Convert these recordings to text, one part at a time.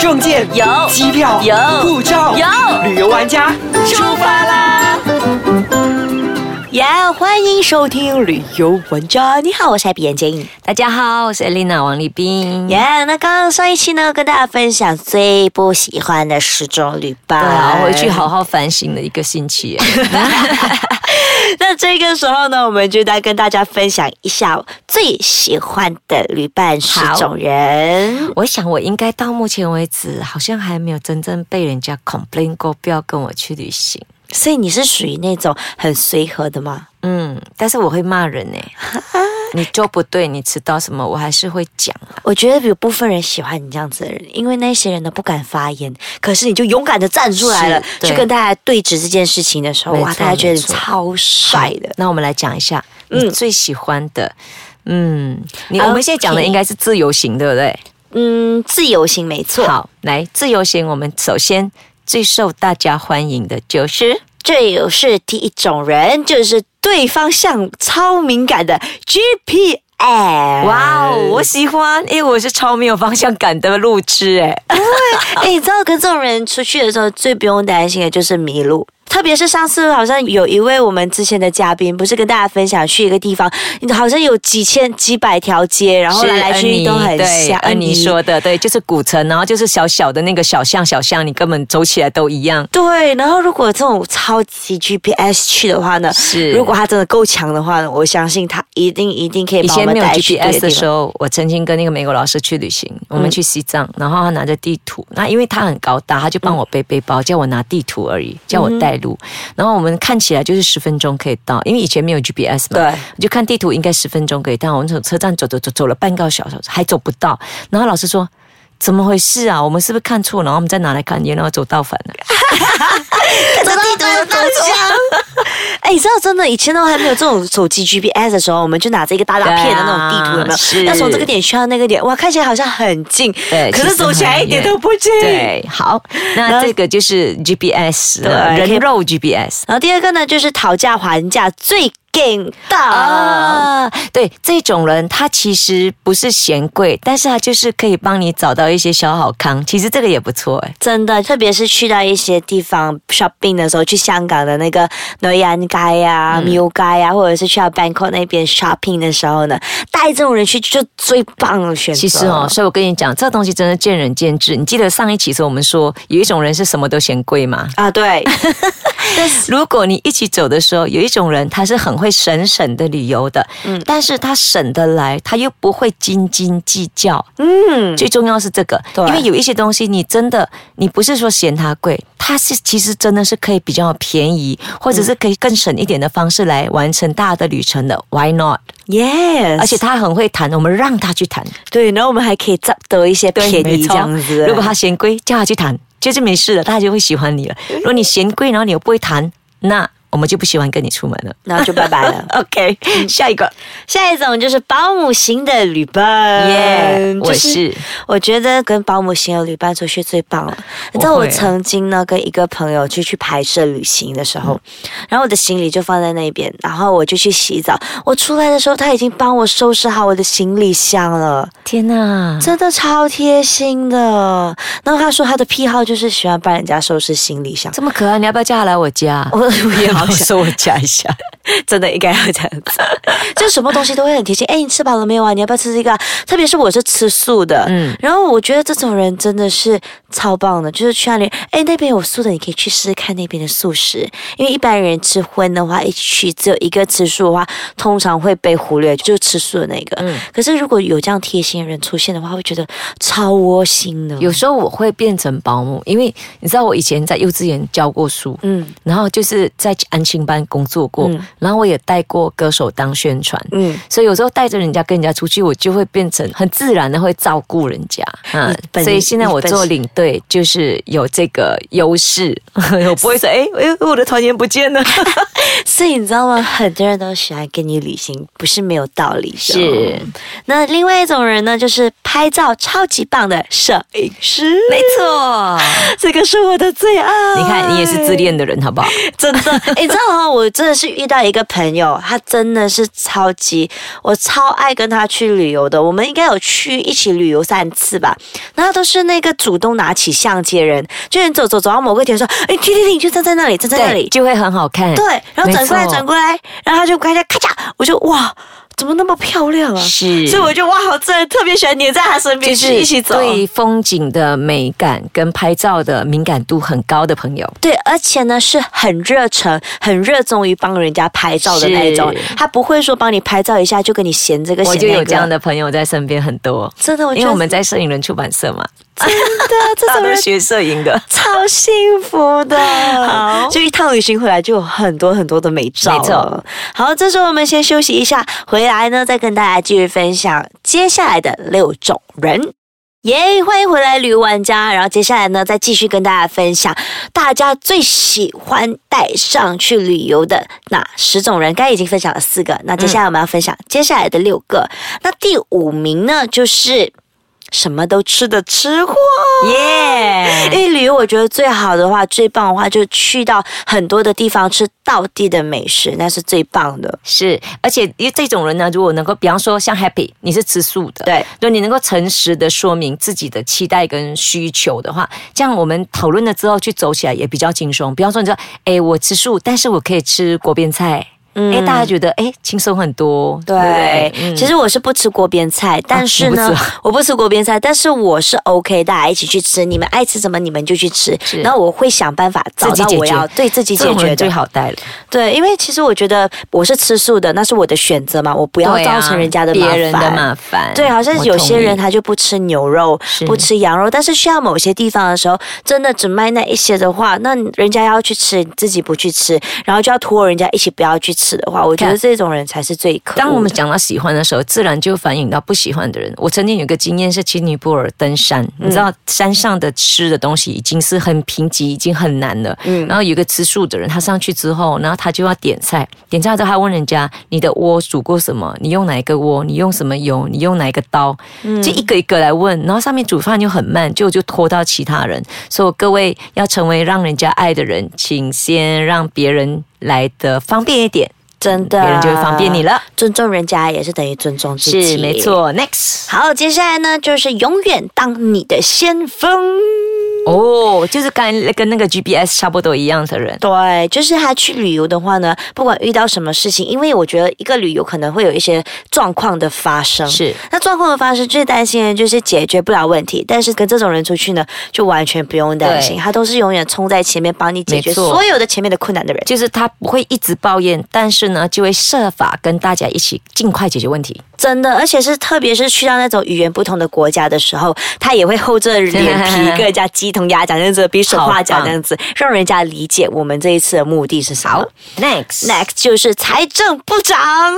证件有机票有护照有旅游玩家出发啦！呀欢迎收听旅游玩家。你好，我是海比眼睛。大家好，我是 Elena 王立斌。耶、那刚刚上一期呢，跟大家分享最不喜欢的十种旅伴。对啊，我回去。好好反省了一个星期耶。 那这个时候呢，我们就来跟大家分享一下最喜欢的旅伴十种人。我想我应该到目前为止，好像还没有真正被人家 complain 过，不要跟我去旅行。所以你是属于那种很随和的吗？嗯，但是我会骂人 呢。你做不对，你迟到什么，我还是会讲。我觉得有部分人喜欢你这样子的人，因为那些人呢不敢发言，可是你就勇敢的站出来了，是对去跟大家对峙这件事情的时候，没错哇，大家觉得你没错超帅的。那我们来讲一下嗯你最喜欢的，嗯，你 OK 我们现在讲的应该是自由行，对不对？嗯，自由行没错。好，来自由行，我们首先最受大家欢迎的就是。这也是第一种人，就是对方向超敏感的 GPS。哇哦，我喜欢，因为我是超没有方向感的路痴哎。哎，你知道跟这种人出去的时候，最不用担心的就是迷路。特别是上次好像有一位我们之前的嘉宾，不是跟大家分享去一个地方，好像有几千几百条街，然后来来去去都很嗯对，像。安妮说的对，就是古城，然后就是小小的那个小巷，小巷你根本走起来都一样。对，然后如果这种超级 GPS 去的话呢，是如果他真的够强的话呢，我相信他一定一定可以以把我前们没有带去对 GPS 的地时方。候，我曾经跟那个美国老师去旅行，我嗯们去西藏，然后他拿着地图，那因为他很高大，他就帮我背背包，叫我拿地图而已，叫我带路。然后我们看起来就是十分钟可以到，因为以前没有 GPS 嘛，对我就看地图应该十分钟可以到。我们从车站走走走走了半个小时，还走不到。然后老师说。怎么回事啊？我们是不是看错了？然后我们再拿来看，原来我走到反了。 走地图的方向。 哎，你知道真的，以前都还没有这种手机 GPS 的时候，我们就拿着一个大大片的那种地图，有没对啊有？是要从这个点去到那个点，哇，看起来好像很近，对可其是实走起来一点很远都不近。对，好，那这个就是 GPS，了对可以呃人肉 GPS。然后第二个呢，就是讨价还价最劲的。啊，对，这种人他其实不是嫌贵，但是他就是可以帮你找到一些小好康，其实这个也不错哎。真的，特别是去到一些地方 shopping 的时候，去香港的那个诺安街啊、miu 嗯街啊，或者是去到 Bangkok 那边 shopping 的时候呢，带这种人去就最棒的选择。其实哦，，所以我跟你讲，这东西真的见仁见智。你记得上一期的时候我们说有一种人是什么都嫌贵吗？啊， 对，但是如果你一起走的时候，有一种人他是很会省省的旅游的，嗯，但是他省得来，他又不会斤斤计较，嗯，最重要是这个，对因为有一些东西你真的，你不是说嫌它贵，它是其实真的是可以比较便宜，或者是可以更省一点的方式来完成大的旅程的，Why not？ yes，而且他很会谈，我们让他去谈，对，然后我们还可以再得一些便宜这样子。如果他嫌贵，叫他去谈，就是没事了，大家就会喜欢你了。如果你嫌贵，然后你又不会谈，那我们就不喜欢跟你出门了。。那就拜拜了 OK，下一嗯个，下一种就是保姆型的旅伴，耶、就我嗯是我觉得跟保姆型的旅伴出去最棒了。你知道我我会曾经呢跟一个朋友去去拍摄旅行的时候，然后我的行李就放在那边，然后我就去洗澡。我出来的时候，他已经帮我收拾好我的行李箱了，天哪，真的超贴心的。然后他说他的癖好就是喜欢帮人家收拾行李箱。这么可爱，你要不要叫他来 我家？我我也好想，收我家一 下。真的应该要这样子，就什么东西都会很贴心。哎，你吃饱了没有啊？你要不要吃这个、啊？特别是我是吃素的，嗯嗯，然后我觉得这种人真的是超棒的，就是去那里，哎，那边有素的，你可以去试试看那边的素食，因为一般人吃荤的话，一起去只有一个吃素的话，通常会被忽略，就是吃素的那个。嗯可是如果有这样贴心的人出现的话，会觉得超窝心的。有时候我会变成保姆，因为你知道我以前在幼稚园教过书，嗯然后就是在安亲班工作过，嗯然后我也带过歌手当宣传，嗯，所以有时候带着人家跟人家出去，我就会变成很自然的会照顾人家，嗯你本，所以现在我你本做领队 就是有这个优势，我不会说哎哎我的团员不见了，所以你知道吗？很多人都喜欢跟你旅行，不是没有道理的。哦 是。那另外一种人呢，就是拍照超级棒的摄影师，没错，这个是我的最爱。你看你也是自恋的人，好不好？真 的，诶你知道吗？我真的是遇到一个朋友，他真的是超级，我超爱跟他去旅游的。我们应该有去一起旅游三次吧，然后都是那个主动拿起相机的人，就你走走走到某个点说，哎，停停停，你就站在那里，站在那里，就会很好看。对，然后转过来没错转过来，然后他就开始咔嚓，我就哇，怎么那么漂亮啊？是所以我就哇，我真的特别喜欢黏在他身边，就是一起走。对风景的美感跟拍照的敏感度很高的朋友。对，而且呢是很热诚、很热衷于帮人家拍照的那一种是，他不会说帮你拍照一下就跟你嫌这个嫌我那个。就有这样，的朋友在身边很多，真的，我觉因得为我们在摄影人出版社 嘛，真的这种大家都人是学摄 影 的。超幸福的。好，就一趟旅行回来就有很多很多的美照了。没错好，这时候我们先休息一下，回来呢再跟大家继续分享接下来的六种人。耶欢迎回来，旅游玩家。然后接下来呢，再继续跟大家分享大家最喜欢带上去旅游的哪十种人。刚才已经分享了四个，那接下来我们要分享接下来的六个。那第五名呢，就是什么都吃的吃货。因 耶！为旅游，我觉得最好的话、最棒的话，就去到很多的地方吃道地的美食，那是最棒的。是，而且因为这种人呢，如果能够，比方说像 Happy，你是吃素的，对，就你能够诚实的说明自己的期待跟需求的话，这样我们讨论了之后去走起来也比较轻松。比方说，你说，哎，我吃素，但是我可以吃锅边菜，嗯哎，大家觉得哎轻松很多，对，不嗯啊其实我是不吃锅边菜，但是呢，你不吃我不吃锅边菜，但是我是 OK，大家一起去吃，你们爱吃什么你们就去吃，是然后我会想办法找自到己解决我要对自己这解种人决最的。好带了，对，因为其实我觉得我是吃素的，那是我的选择嘛，我不要对啊造成人家的麻烦。别人的麻烦，对，好像我有些同意人他就不吃牛肉是，不吃羊肉，但是去到某些地方的时候，真的只卖那一些的话，那人家要去吃，你自己不去吃，然后就要拖人家一起不要去吃的话，我觉得看这种人才是最可恶的。当我们讲到喜欢的时候，自然就反映到不喜欢的人。我曾经有个经验是去尼泊尔登山，你知道山上的吃的东西已经是很贫瘠，已经很难了。然后有一个吃素的人，他上去之后，然后他就要点菜，点菜之后他问人家：“你的窝煮过什么？你用哪一个窝？你用什么油？你用哪一个刀？”就一个一个来问。然后上面煮饭就很慢，就就拖到其他人。所以各位要成为让人家爱的人，请先让别人来的方便一点，真的，别人就会方便你了。尊重人家也是等于尊重自己，是没。错，next 好，接下来呢，就是永远当你的先锋。哦，就是刚才跟那个 GPS 差不多一样的人，对，就是他去旅游的话呢，不管遇到什么事情，因为我觉得一个旅游可能会有一些状况的发生。是那状况的发生，最担心的就是解决不了问题。但是跟这种人出去呢，就完全不用担心，对他都是永远冲在前面，帮你解决没错所有的前面的困难的人。就是他不会一直抱怨，但是呢，就会设法跟大家一起尽快解决问题。真的，而且是特别是去到那种语言不同的国家的时候，他也会厚着脸皮 跟人家鸡同鸭讲，这样子比手画脚好棒这样子，让人家理解我们这一次的目的是什么好。，next Next 就是财政部长啊，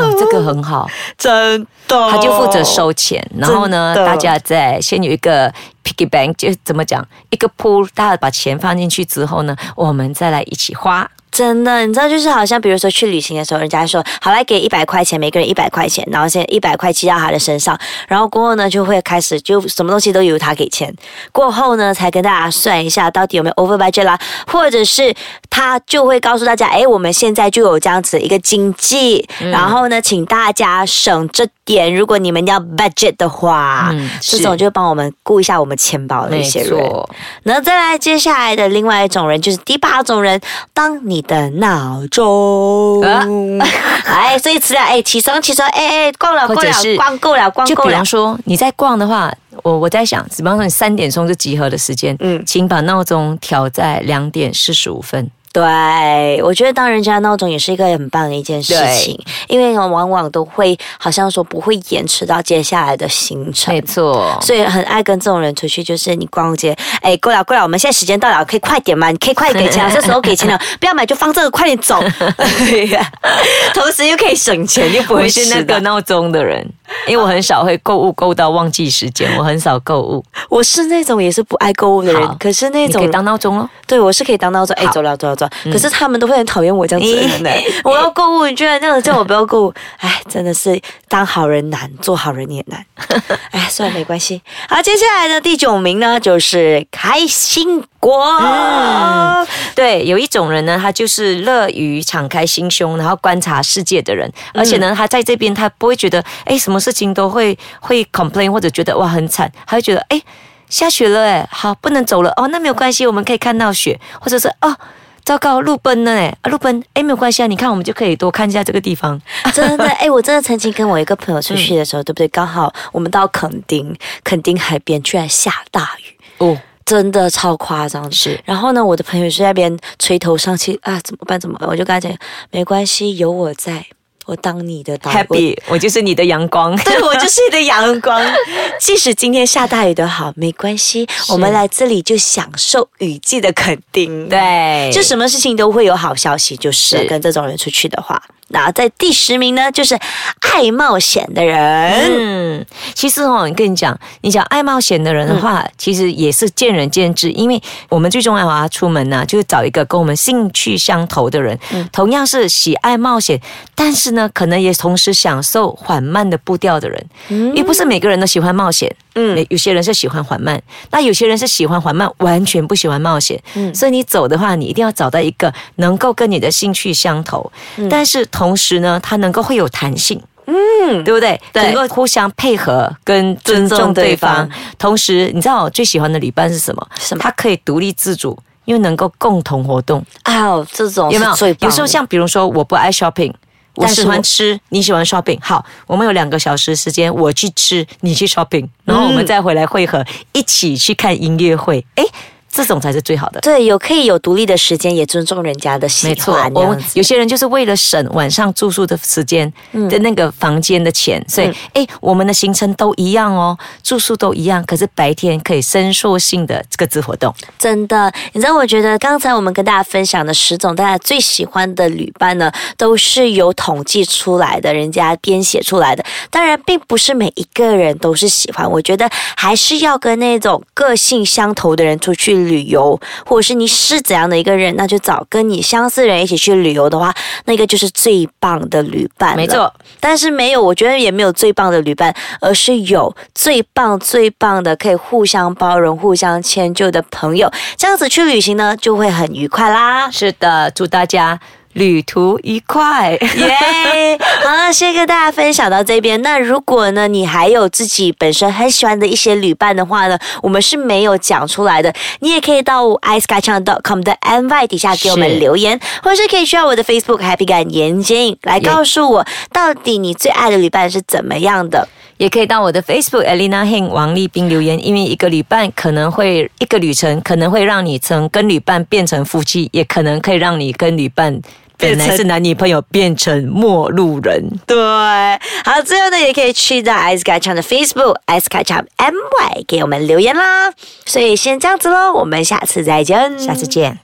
哦，这个很好，真的，他就负责收钱，然后呢，哦真的大家在先有一个 piggy bank，就怎么讲，一个 pool，大家把钱放进去之后呢，我们再来一起花。真的，你知道，就是好像比如说去旅行的时候，人家说好来给一百块钱，每个人一百块钱，然后现在一百块记到他的身上，然后过后呢就会开始就什么东西都由他给钱，过后呢才跟大家算一下到底有没有 over budget 啦，或者是他就会告诉大家，哎，我们现在就有这样子一个经济，嗯然后呢，请大家省这点，如果你们要 budget 的话，嗯这是种就帮我们顾一下我们钱包的一些人。那再来，接下来的另外一种人就是第八种人，当你的闹钟，啊 哎，所以吃了，哎，起床，起床，哎哎，逛了，或逛者了是，逛够了，逛就够比了方，说你在逛的话，我我在想，比方说你三点钟就集合的时间，嗯嗯，请把闹钟调在两点四十五分。对，我觉得当人家闹钟也是一个很棒的一件事对情，因为往往都会好像说不会延迟到接下来的行程没。错，所以很爱跟这种人出去，就是你逛街，哎，过了过了，我们现在时间到了，可以快点嘛？你可以快点给 钱了，这时候给钱了，啊不要买就放这个，快点走。 同时又可以省钱，又 不我会是迟那到个闹钟的人，因为我很少会购物购到忘记时间，我很少购物。我是那种也是不爱购物的人好，可是那你可种以当闹钟哦。对我是可以当到说，哎，好嗯走了走了走短，可是他们都会很讨厌我这样子的人 呢。我要购物，你居然这样子叫我不要购物，哎，真的是当好人难，做好人也难。哎，算了，没关系。好，接下来的第九名呢，就是开心果。嗯对，有一种人呢，他就是乐于敞开心胸，然后观察世界的人，而且呢，他在这边他不会觉得，哎，什么事情都会会 complain 或者觉得哇很惨，他会觉得，哎，下雪了，哎，好不能走了，哦，那没有关系，我们可以看到雪，或者是哦。糟糕，路奔了哎，啊路奔哎，没有关系啊，你看我们就可以多看一下这个地方。真的，哎、我真的曾经跟我一个朋友出去的时候，对不对？刚好我们到垦丁，垦丁海边居然下大雨，哦，真的超夸张的。是然后呢，我的朋友就在那边垂头丧气啊，怎么办？怎么办？我就跟他讲，没关系，有我在，我当你的导播 happy，我就是你的阳光。 对我就是你的阳光，即使今天下大雨都好，没关系，我们来这里就享受雨季的垦丁。。 对，就什么事情都会有好消息，就是是跟这种人出去的话。那在第十名呢，就是爱冒险的人。嗯，其实哦，你跟你讲，你讲爱冒险的人的话，其实也是见仁见智，因为我们最重要啊，出门呐、就是找一个跟我们兴趣相投的人，同样是喜爱冒险，但是呢，可能也同时享受缓慢的步调的人，因为不是每个人都喜欢冒险，嗯，有些人是喜欢缓慢，那有些人是喜欢缓慢，完全不喜欢冒险，所以你走的话，你一定要找到一个能够跟你的兴趣相投，但是同时呢，它能够会有弹性。对不对？对能够互相配合跟尊重尊重对方对方。同时，你知道我最喜欢的旅伴是什么？什么他可以独立自主，又能够共同活动，啊、哦，这种有没有是最？棒有的时候像比如说，我不爱 shopping。我但是喜我欢吃，你喜欢 shopping。好，我们有两个小时时间，我去吃，你去 shopping，然后我嗯们再回来汇合，一起去看音乐会。诶，这种才是最好的。对有可以有独立的时间，也尊重人家的喜没欢。错，这我样们子有些人就是为了省晚上住宿的时间的那个房间的钱，所以诶，我们的行程都一样哦，住宿都一样，可是白天可以伸缩性的各自活动。真的，你知道，我觉得刚才我们跟大家分享的十种大家最喜欢的旅伴呢，都是有统计出来的，人家编写出来的。当然，并不是每一个人都是喜欢。我觉得还是要跟那种个性相投的人出去旅游，或者是你是怎样的一个人，那就找跟你相似的人一起去旅游的话，那个就是最棒的旅伴了。没错，。但是没有，我觉得也没有最棒的旅伴，而是有最棒最棒的可以互相包容、互相迁就的朋友，这样子去旅行呢，就会很愉快啦 是的，祝大家旅途愉快。耶、好了，先跟大家分享到这边。那如果呢，你还有自己本身很喜欢的一些旅伴的话呢，我们是没有讲出来的。你也可以到 i s k y c h a n c o m 的 NY 底下给我是们留言，或是可以去到我的 Facebook Happy 感言接影来告诉我，到底你最爱的旅伴是怎么样的。 也可以到我的 Facebook Elena Heng 王立斌留言，因为一个旅伴可能会一个旅程可能会让你从跟旅伴变成夫妻，也可能可以让你跟旅伴本变成来是男女朋友变成陌路人。对，好，最后呢，也可以去到 S 卡唱的 Facebook S 卡唱 MY 给我们留言啦。所以先这样子喽，我们下次再见，下次见。